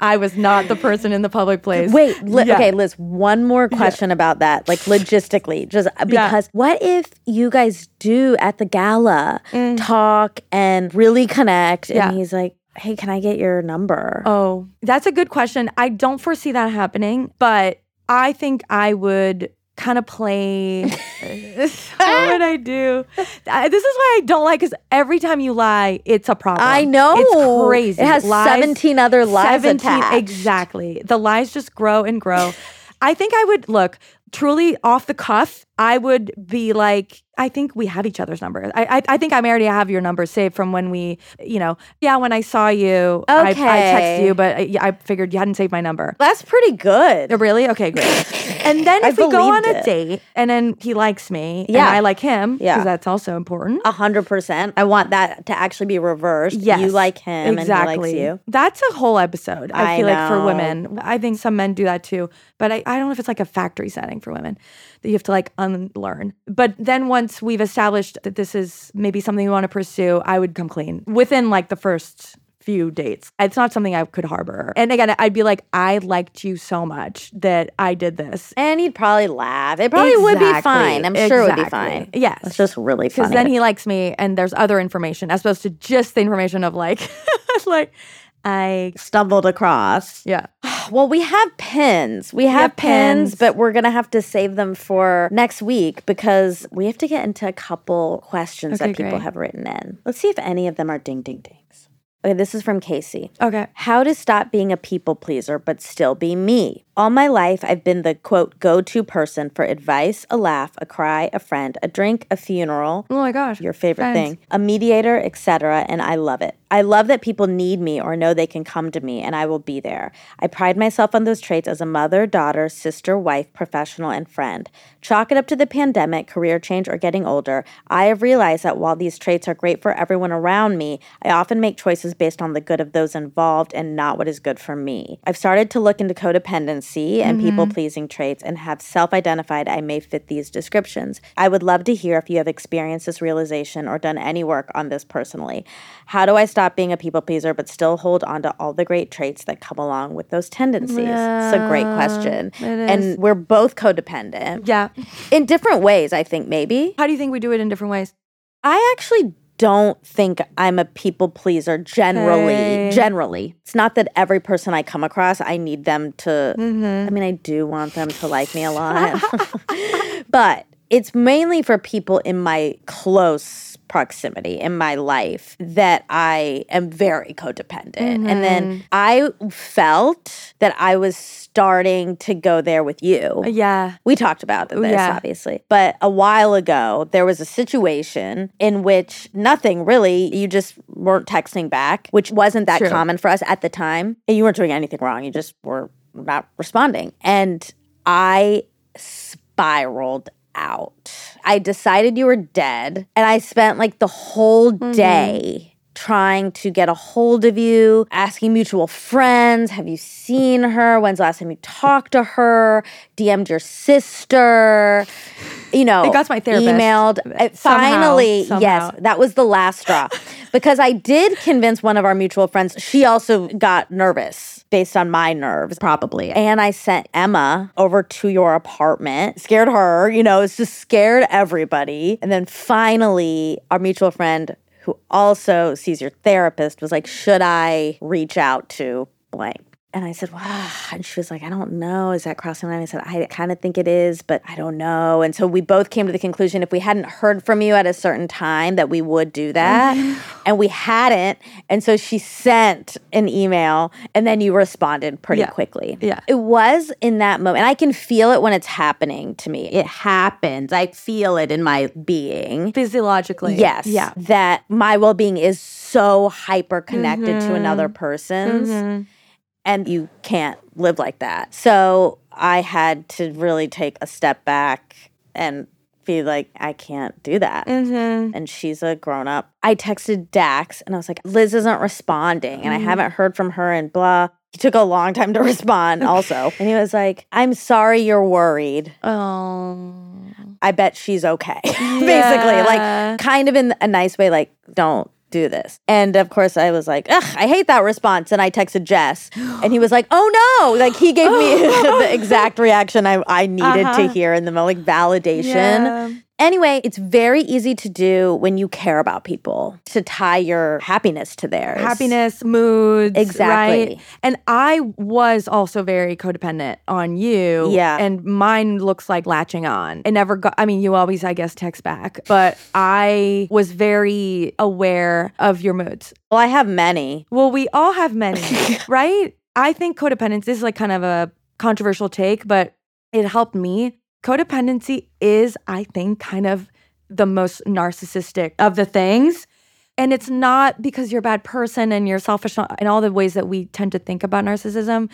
I was not the person in the public place.
Wait, li-
Yeah.
okay, Liz, one more question about that, like logistically, just uh, because what if you guys do at the gala talk and really connect? And
Mm. Yeah.
he's like, hey, can I get your number?
Oh, that's a good question. I don't foresee that happening, but I think I would kind of play. what would I do? I, this is why I don't like. Because every time you lie, it's a problem.
I know.
It's crazy.
It has
Lies-
17 other lies
17
attached.
Exactly. The lies just grow and grow. I think I would look truly off the cuff. I would be like, I think we have each other's numbers. I, I, I think I already have your number saved from when we, you know, yeah, when I saw you, I, I
Okay.
texted you, but uh, I, I figured you hadn't saved my number.
That's pretty good.
Oh, Really? Okay, great. And then
I
if we go on
believed
a
it.
date and then he likes me
Yeah.
and I like him, because
Yeah.
that's also important.
A hundred percent. I want that to actually be reversed.
Yes.
You like him and he likes you.
That's a whole episode, I,
I
feel like, for
know.
women. I think some men do that too, but I, I don't know if it's like a factory setting for women that you have to like unlearn. But then once we've established that this is maybe something we want to pursue, I would come clean within like the first few dates. It's not something I could harbor. And again, I'd be like, I liked you so much that I did this.
And he'd probably laugh. It probably would be
Exactly.
fine. I'm sure it would be
Exactly.
fine.
Yes.
It's just really
Because
funny.
then he likes me, and there's other information as opposed to just the information of like, like, I
stumbled across.
yeah.
Well, we have pins. We have,
have
pins,
pins.
but we're going to have to save them for next week because we have to get into a couple questions
Okay,
that people
great.
have written in. Let's see if any of them are ding ding dings. Okay, this is from Casey.
Okay.
How to stop being a people pleaser but still be me. All my life, I've been the quote go to person for advice, a laugh, a cry, a friend, a drink, a funeral,
Oh my gosh.
your favorite
Friends.
thing, a mediator, etc. And I love it. I love that people need me or know they can come to me and I will be there. I pride myself on those traits as a mother, daughter, sister, wife, professional, and friend. Chalk it up to the pandemic, career change, or getting older. I have realized that while these traits are great for everyone around me, I often make choices based on the good of those involved and not what is good for me. I've started to look into codependency and people pleasing traits and have self identified I may fit these descriptions. I would love to hear if you have experienced this realization or done any work on this personally. How do I stop being a people pleaser but still hold on to all the great traits that come along with those tendencies? it's a great question. And we're both codependent
Yeah.
in different ways, I think, maybe.
How do you think we do it in different ways?
I actually don't think I'm a people pleaser generally.
Okay.
Generally, it's not that every person I come across, I need them to. I mean, I do want them to like me a lot, but it's mainly for people in my close proximity in my life that I am very codependent. And then I felt that I was starting to go there with you.
Yeah.
We talked about this,
Yeah.
obviously. But a while ago, there was a situation in which nothing really, you just weren't texting back, which wasn't that
True.
common for us at the time. And you weren't doing anything wrong, you just were not responding. And I spiraled out. I decided you were dead, and I spent like the whole
Mm-hmm.
day. Trying to get a hold of you, asking mutual friends, have you seen her? When's the last time you talked to her? DM'd your sister, you know,
got to my therapist.
emailed. I-
Somehow,
finally,
somehow.
yes, that was the last straw because I did convince one of our mutual friends. She also got nervous based on my nerves, probably. And I sent Emma over to your apartment, scared her, you know, it's just scared everybody. And then finally, our mutual friend who also sees your therapist was like, Should I reach out to blank? And I said, wow. And she was like, I don't know. Is that crossing the line? I said, I kind of think it is, but I don't know. And so we both came to the conclusion if we hadn't heard from you at a certain time that we would do that. and we hadn't. And so she sent an email and then you responded pretty
Yeah.
quickly.
Yeah.
It was in that moment. I can feel it when it's happening to me. It happens. I feel it in my being.
Physiologically.
Yes.
Yeah.
That my well being is so hyper connected to another person's and you can't live like that. So I had to really take a step back and be like, I can't do that. And she's a grown up. I texted Dax and I was like, Liz isn't responding and I haven't heard from her and blah. He took a long time to respond also. and he was like, I'm sorry you're worried.
Oh.
I bet she's okay. Basically,
Yeah.
like kind of in a nice way, like, don't do this. And of course, I was like, ugh, I hate that response. And I texted Jess, and he was like, oh no. Like, he gave me the exact reaction I, I needed to
Uh-huh.
hear in the moment, like validation.
Yeah.
Anyway, it's very easy to do when you care about people to tie your happiness to theirs.
happiness, moods.
Exactly.
Right? And I was also very codependent on you.
Yeah.
And mine looks like latching on. It never got, I mean, you always, I guess, text back, but I was very aware of your moods.
Well, I have many.
Well, we all have many, right? I think codependence this is like kind of a controversial take, but it helped me. Codependency is, I think, kind of the most narcissistic of the things. And it's not because you're a bad person and you're selfish and all the ways that we tend to think about narcissism.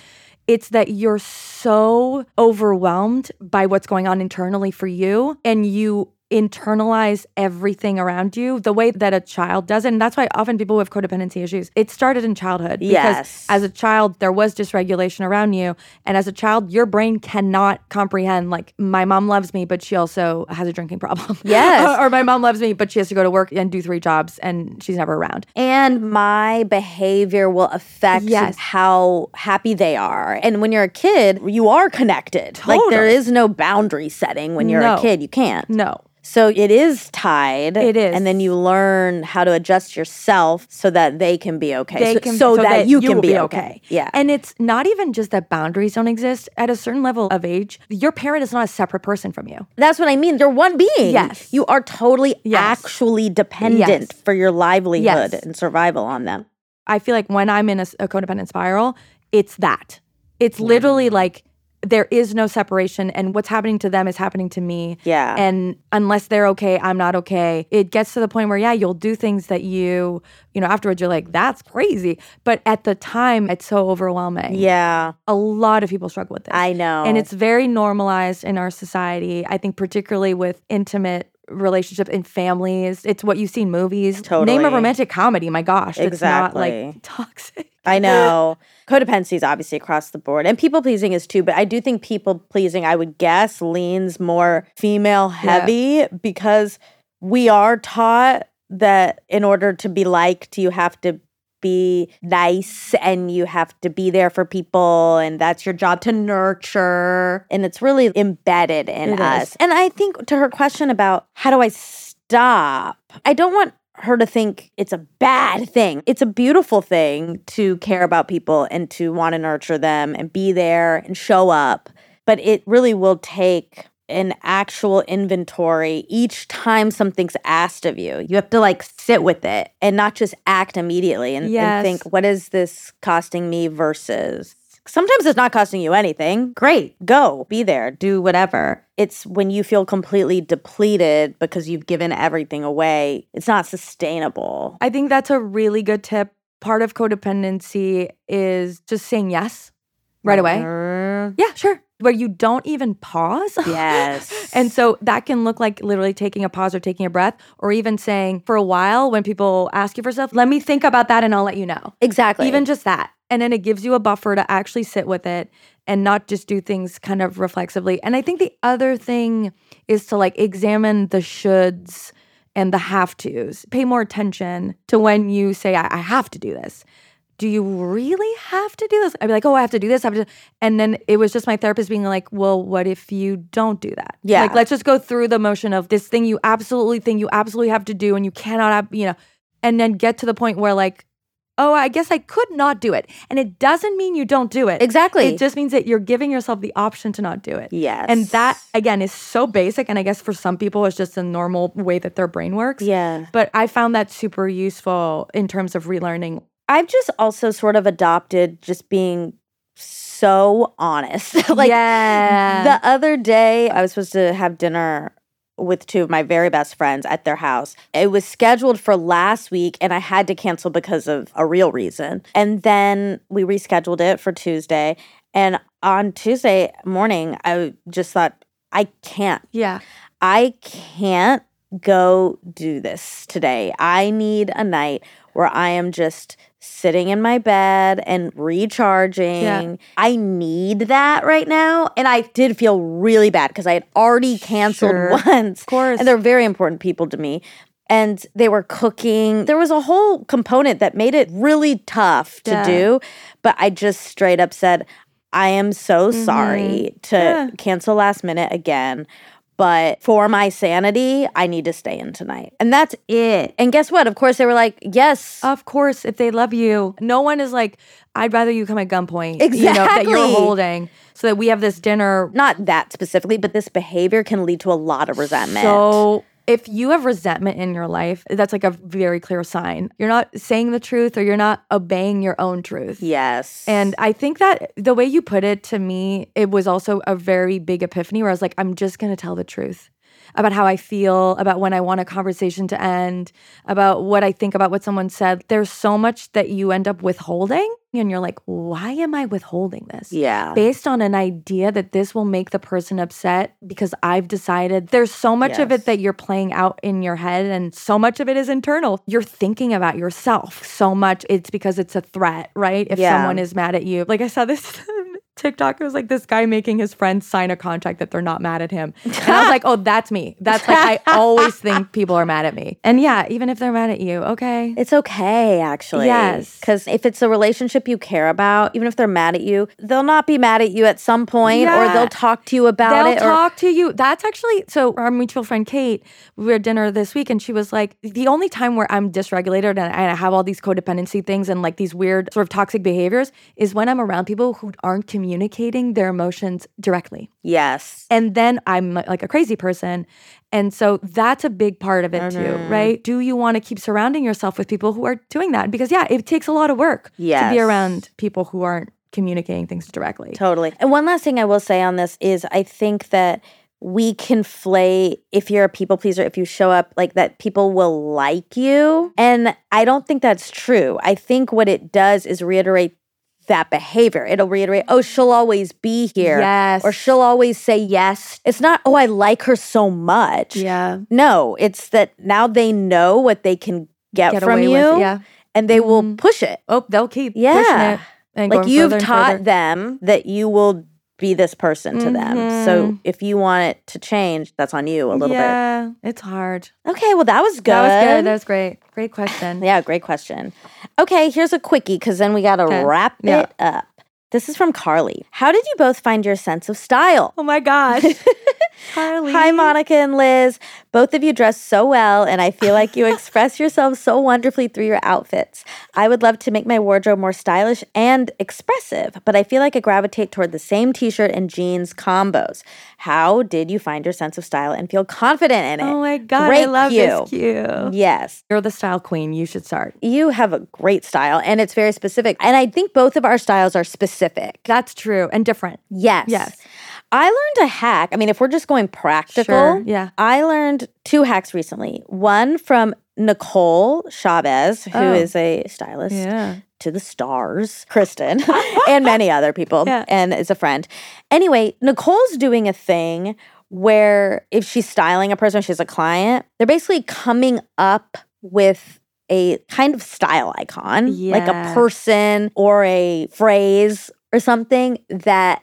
It's that you're so overwhelmed by what's going on internally for you and you internalize everything around you the way that a child does. And that's why often people with codependency issues, it started in childhood.
Yes.
Because as a child, there was dysregulation around you. And as a child, your brain cannot comprehend, like, my mom loves me, but she also has a drinking problem.
Yes.
or my mom loves me, but she has to go to work and do three jobs and she's never around.
and my behavior will affect
Yes.
how happy they are. And when you're a kid, you are connected. Like there
Totally.
is no boundary setting when you're
No.
a kid. You can't.
No.
So it is tied.
It is.
And then you learn how to adjust yourself so that they can be okay.
They
so,
can-
so that, you can
will
be, okay. Yeah.
And it's not even just that boundaries don't exist. At a certain level of age, your parent is not a separate person from you.
That's what I mean. You're one being.
Yes.
You are totally
Yes.
actually dependent
Yes.
for your livelihood
Yes.
and survival on them.
I feel like when I'm in a, s- a codependent spiral, it's that. It's literally like there is no separation, and what's happening to them is happening to me.
Yeah.
And unless they're okay, I'm not okay. It gets to the point where, yeah, you'll do things that you, you know, afterwards you're like, that's crazy. But at the time, it's so overwhelming.
Yeah.
A lot of people struggle with this.
I know.
And it's very normalized in our society. I think, particularly with intimate relationships and families, it's what you see in movies. Name
Totally.
a romantic comedy. My gosh, it's not
Exactly.
like toxic.
I know. Codependency is obviously across the board. And people pleasing is too, but I do think people pleasing, I would guess, leans more female heavy because we are taught that in order to be liked, you have to be nice and you have to be there for people and that's your job to nurture and it's really embedded in
It is.
us and i think to her question about how do i stop i don't want her to think it's a bad thing it's a beautiful thing to care about people and to want to nurture them and be there and show up but it really will take an actual inventory each time something's asked of you. You have to like sit with it and not just act immediately and, and
Yes.
think, what is this costing me versus? Sometimes it's not costing you anything. Great, go, be there, do whatever. It's when you feel completely depleted because you've given everything away, it's not sustainable.
I think that's a really good tip. Part of codependency is just saying yes right away.
away.
Yeah, sure. Where you don't even pause.
Yes.
And so that can look like literally taking a pause or taking a breath, or even saying for a while when people ask you for stuff, let me think about that and I'll let you know.
exactly.
Even just that. And then it gives you a buffer to actually sit with it and not just do things kind of reflexively. And I think the other thing is to like examine the shoulds and the have tos. Pay more attention to when you say, I, I have to do this. Do you really have to do this? I'd be like, oh, I have to do this. I have to. And then it was just my therapist being like, well, what if you don't do that?
Yeah.
Like, let's just go through the motion of this thing you absolutely think you absolutely have to do and you cannot, ab- you know, and then get to the point where like, oh, I guess I could not do it. And it doesn't mean you don't do it.
exactly.
It just means that you're giving yourself the option to not do it.
yes.
And that, again, is so basic. And I guess for some people, it's just a normal way that their brain works.
Yeah.
But I found that super useful in terms of relearning.
I've just also sort of adopted just being so honest. like
yeah.
the other day, I was supposed to have dinner with two of my very best friends at their house. It was scheduled for last week and I had to cancel because of a real reason. And then we rescheduled it for Tuesday. And on Tuesday morning, I just thought, I can't
yeah.
I can't go do this today. I need a night where I am just sitting in my bed and recharging.
Yeah.
I need that right now. And I did feel really bad because I had already canceled
Sure.
once.
Of course.
And they're very important people to me. And they were cooking. There was a whole component that made it really tough to
Yeah.
do. But I just straight up said, I am so sorry to
Mm-hmm. Yeah.
cancel last minute again. But for my sanity, I need to stay in tonight. And that's it. And guess what? Of course, they were like, yes.
Of course, if they love you, no one is like, I'd rather you come at gunpoint. You know, that
Exactly.
you're holding so that we have this dinner.
Not that specifically, but this behavior can lead to a lot of resentment.
So if you have resentment in your life, that's like a very clear sign. You're not saying the truth or you're not obeying your own truth.
yes.
And I think that the way you put it to me, it was also a very big epiphany where I was like, I'm just going to tell the truth about how I feel, about when I want a conversation to end, about what I think about what someone said. There's so much that you end up withholding. And you're like, why am I withholding this?
yeah.
based on an idea that this will make the person upset because I've decided there's so much of
Yes.
it that you're playing out in your head and so much of it is internal. You're thinking about yourself so much. It's because it's a threat, right? If
Yeah.
someone is mad at you. Like I saw this TikTok, it was like this guy making his friends sign a contract that they're not mad at him. And I was like, oh, that's me. That's like, I always think people are mad at me. And yeah, even if they're mad at you, okay.
It's okay, actually.
Yes.
Because if it's a relationship you care about, even if they're mad at you, they'll not be mad at you at some point, or
Yeah.
they'll talk to you about
They'll
it. or-
talk to you. That's actually so. Our mutual friend Kate, we were at dinner this week, and she was like, "The only time where I'm dysregulated and I have all these codependency things and like these weird sort of toxic behaviors is when I'm around people who aren't communicating their emotions directly,
yes.
and then I'm li- like a crazy person." And so that's a big part of it too, right? Do you want to keep surrounding yourself with people who are doing that? Because yeah, it takes a lot of work to
Yes.
be around people who aren't communicating things directly.
Totally. And one last thing I will say on this is I think that we conflate if you're a people pleaser, if you show up like that, people will like you. And I don't think that's true. I think what it does is reiterate that behavior. It'll reiterate, oh, she'll always be here.
Yes.
Or she'll always say yes. It's not, oh, I like her so much.
yeah.
No, it's that now they know what they can get,
Get
from
away
you
with, yeah.
and they will
Mhm.
push it.
Oh, they'll keep pushing
Yeah.
it. And
Like
going
you've
further and
taught
further.
them that you will be this person to them. So
Mhm.
if you want it to change, that's on you a little
yeah, it's hard.
bit. Okay, well that was good.
That was good. That was great. Great question.
yeah, great question. Okay, here's a quickie because then we got to
Okay.
wrap
Yeah.
it up. This is from Carly. How did you both find your sense of style?
Oh my gosh. Carly.
Hi, Monica and Liz. Both of you dress so well, and I feel like you express yourselves so wonderfully through your outfits. I would love to make my wardrobe more stylish and expressive, but I feel like I gravitate toward the same t shirt and jeans combos. How did you find your sense of style and feel confident in it?
Oh my god, I
Great
love
cue.
this cue.
Yes,
You're the style queen. You should start.
you have a great style and it's very specific. And I think both of our styles are specific.
That's true and different.
Yes.
Yes.
I learned a hack. I mean, if we're just going practical,
Sure, yeah.
I learned two hacks recently. One from Nicole Chavez, who is
Oh.
a stylist
Yeah.
to the stars, Kristen, and many other people,
Yeah.
and is a friend. Anyway, Nicole's doing a thing where if she's styling a person, she's a client, they're basically coming up with a kind of style icon, like a
Yeah.
person or a phrase or something that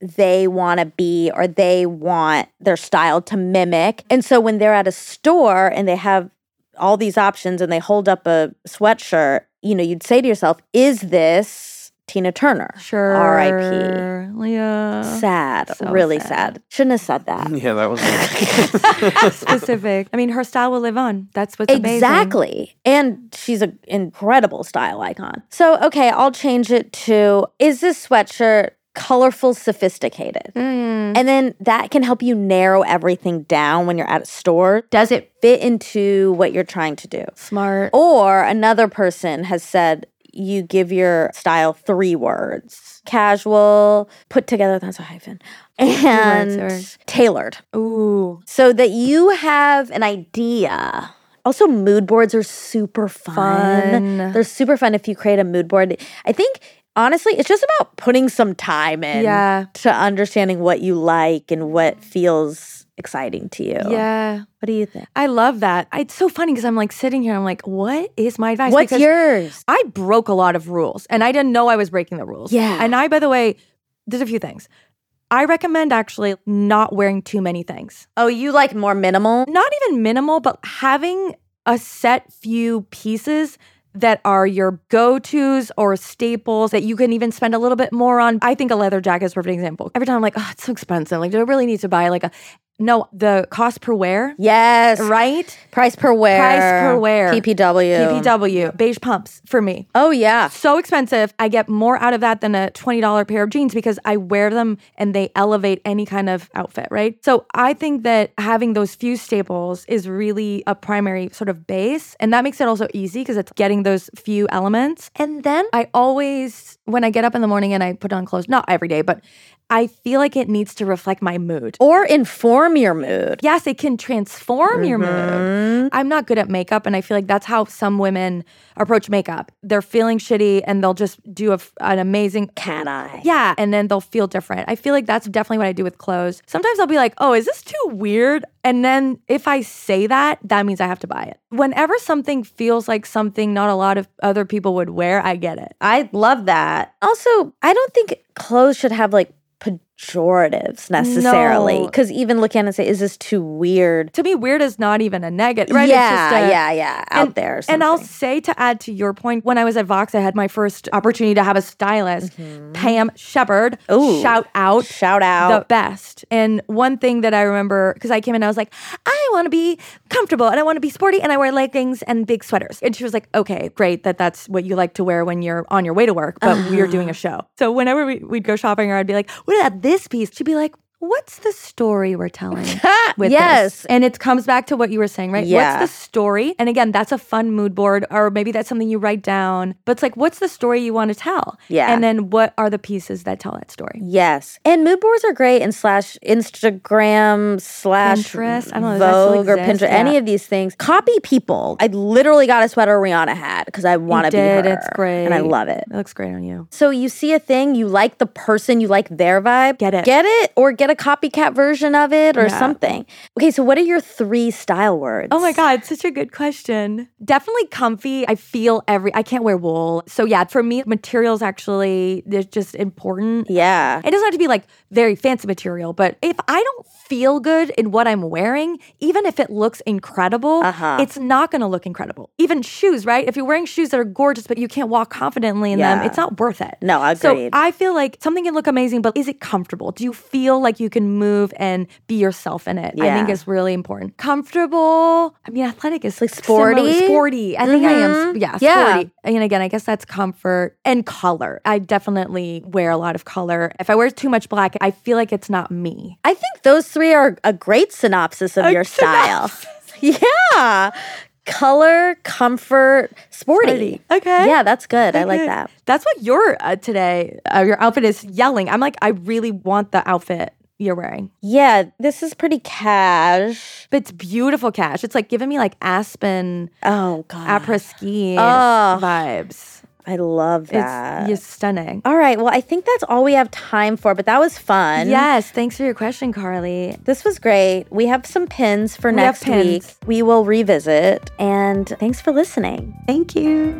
they want to be or they want their style to mimic. And so when they're at a store and they have all these options and they hold up a sweatshirt, you know, you'd say to yourself, is this Tina Turner?
Sure.
R.I.P.
Yeah.
Sad,
So
really sad.
sad.
Shouldn't have said that.
Yeah, that was
Specific. I mean, her style will live on. That's what's amazing.
Exactly. And she's an incredible style icon. So, okay, I'll change it to is this sweatshirt colorful, sophisticated?
Mm.
And then that can help you narrow everything down when you're at a store. Does it fit into what you're trying to do?
Smart.
Or another person has said, you give your style three words casual, put together, that's a hyphen, and
words,
tailored
Ooh.
so that you have an idea. Also, mood boards are super fun.
Fun.
They're super fun if you create a mood board. I think, honestly, it's just about putting some time in
Yeah.
to understanding what you like and what feels exciting to you.
Yeah.
What do you think?
I love that. It's so funny because I'm like sitting here. I'm like, what is my advice?
What's
Because
yours?
I broke a lot of rules and I didn't know I was breaking the rules.
Yeah.
And I, by the way, there's a few things. I recommend actually not wearing too many things.
Oh, you like more minimal?
not even minimal, but having a set few pieces that are your go tos or staples that you can even spend a little bit more on. I think a leather jacket is a perfect example. Every time I'm like, oh, it's so expensive. Like, do I really need to buy like a. No, the cost per wear,
Yes.
right?
Price per wear.
Price per wear.
PPW.
PPW, beige pumps for me.
Oh, yeah.
So expensive. I get more out of that than a $20 pair of jeans because I wear them and they elevate any kind of outfit, right? So I think that having those few staples is really a primary sort of base. And that makes it also easy because it's getting those few elements.
And then
I always, when I get up in the morning and I put on clothes, not every day, but I feel like it needs to reflect my mood.
or inform your mood.
Yes, it can transform your mood.
Mhm.
I'm not good at makeup, and I feel like that's how some women approach makeup. They're feeling shitty, and they'll just do a f an amazing.
Can I?
Yeah, and then they'll feel different. I feel like that's definitely what I do with clothes. Sometimes I'll be like, oh, is this too weird? And then if I say that, that means I have to buy it. Whenever something feels like something not a lot of other people would wear, I get it.
I love that. Also, I don't think clothes should have like pejoratives necessarily.
No.
Because even look at it and say, is this too weird?
To me, weird is not even a negative, right? It's
Yeah,
just a-
yeah, yeah. Out
and-
there. or
And I'll
something.
say to add to your point, when I was at Vox, I had my first opportunity to have a stylist, Pam Shepard.
Mm-hmm. Ooh.
Shout out.
Oh, shout
The
out.
best. And one thing that I remember, because I came in, I was like, I want to be comfortable and I want to be sporty and I wear leggings and big sweaters. And she was like, okay, great that that's what you like to wear when you're on your way to work, but we're doing a
Uh-huh.
show. So whenever we, we'd go shopping or I'd be like, what about this piece? She'd be like, what's the story we're telling? with this.
yes.
And it comes back to what you were saying, right?
Yeah.
What's the story? And again, that's a fun mood board, or maybe that's something you write down. But it's like, what's the story you want to tell?
Yeah.
And then what are the pieces that tell that story?
Yes. And mood boards are great and slash Instagram slash
Pinterest? I don't know, does that still
Vogue or Pinterest,
exist?
any
Yeah.
of these things. Copy people. I literally got a sweater Rihanna had because I want to be her.
did. It's
And I
great.
love it.
It looks great on you.
So you see a thing, you like the person, you like their vibe.
Get it.
Get it or get a copycat version of it or
Yeah.
something. Okay, so what are your three style words?
Oh my God, such a good question. Definitely comfy. I feel every, I can't wear wool. So yeah, for me, materials actually, they're just important.
Yeah.
It doesn't have to be like very fancy material, but if I don't feel good in what I'm wearing, even if it looks incredible,
Uh-huh.
it's not going to look incredible. Even shoes, right? If you're wearing shoes that are gorgeous, but you can't walk confidently in
Yeah.
them, it's not worth it.
No, agreed.
So I feel like something can look amazing, but is it comfortable? Do you feel like like you can move and be yourself in it. I think
Yeah.
is really important. Comfortable. I mean, athletic is
Like
similar-
sporty?
sporty. I think I am.
Mhm.
Yeah,
Yeah.
sporty. And again, I guess that's comfort and color. I definitely wear a lot of color. If I wear too much black, I feel like it's not me.
I think those three are a great synopsis of your style. yeah. Color, comfort, sporty.
Sporty. Okay.
Yeah, that's good. I like
Okay.
that.
That's what your uh, today uh, your outfit is yelling. I'm like, I really want the outfit you're wearing.
Yeah, this is pretty cash.
But it's beautiful, Cash. It's like giving me like Aspen
Oh god.
après ski
Oh.
vibes.
I love
It's
that.
you're stunning.
All right, well, I think that's all we have time for, but that was fun.
Yes, thanks for your question, Carly.
This was great. We have some pins for
We have
next
pins.
week. We will revisit. And thanks for listening.
Thank you.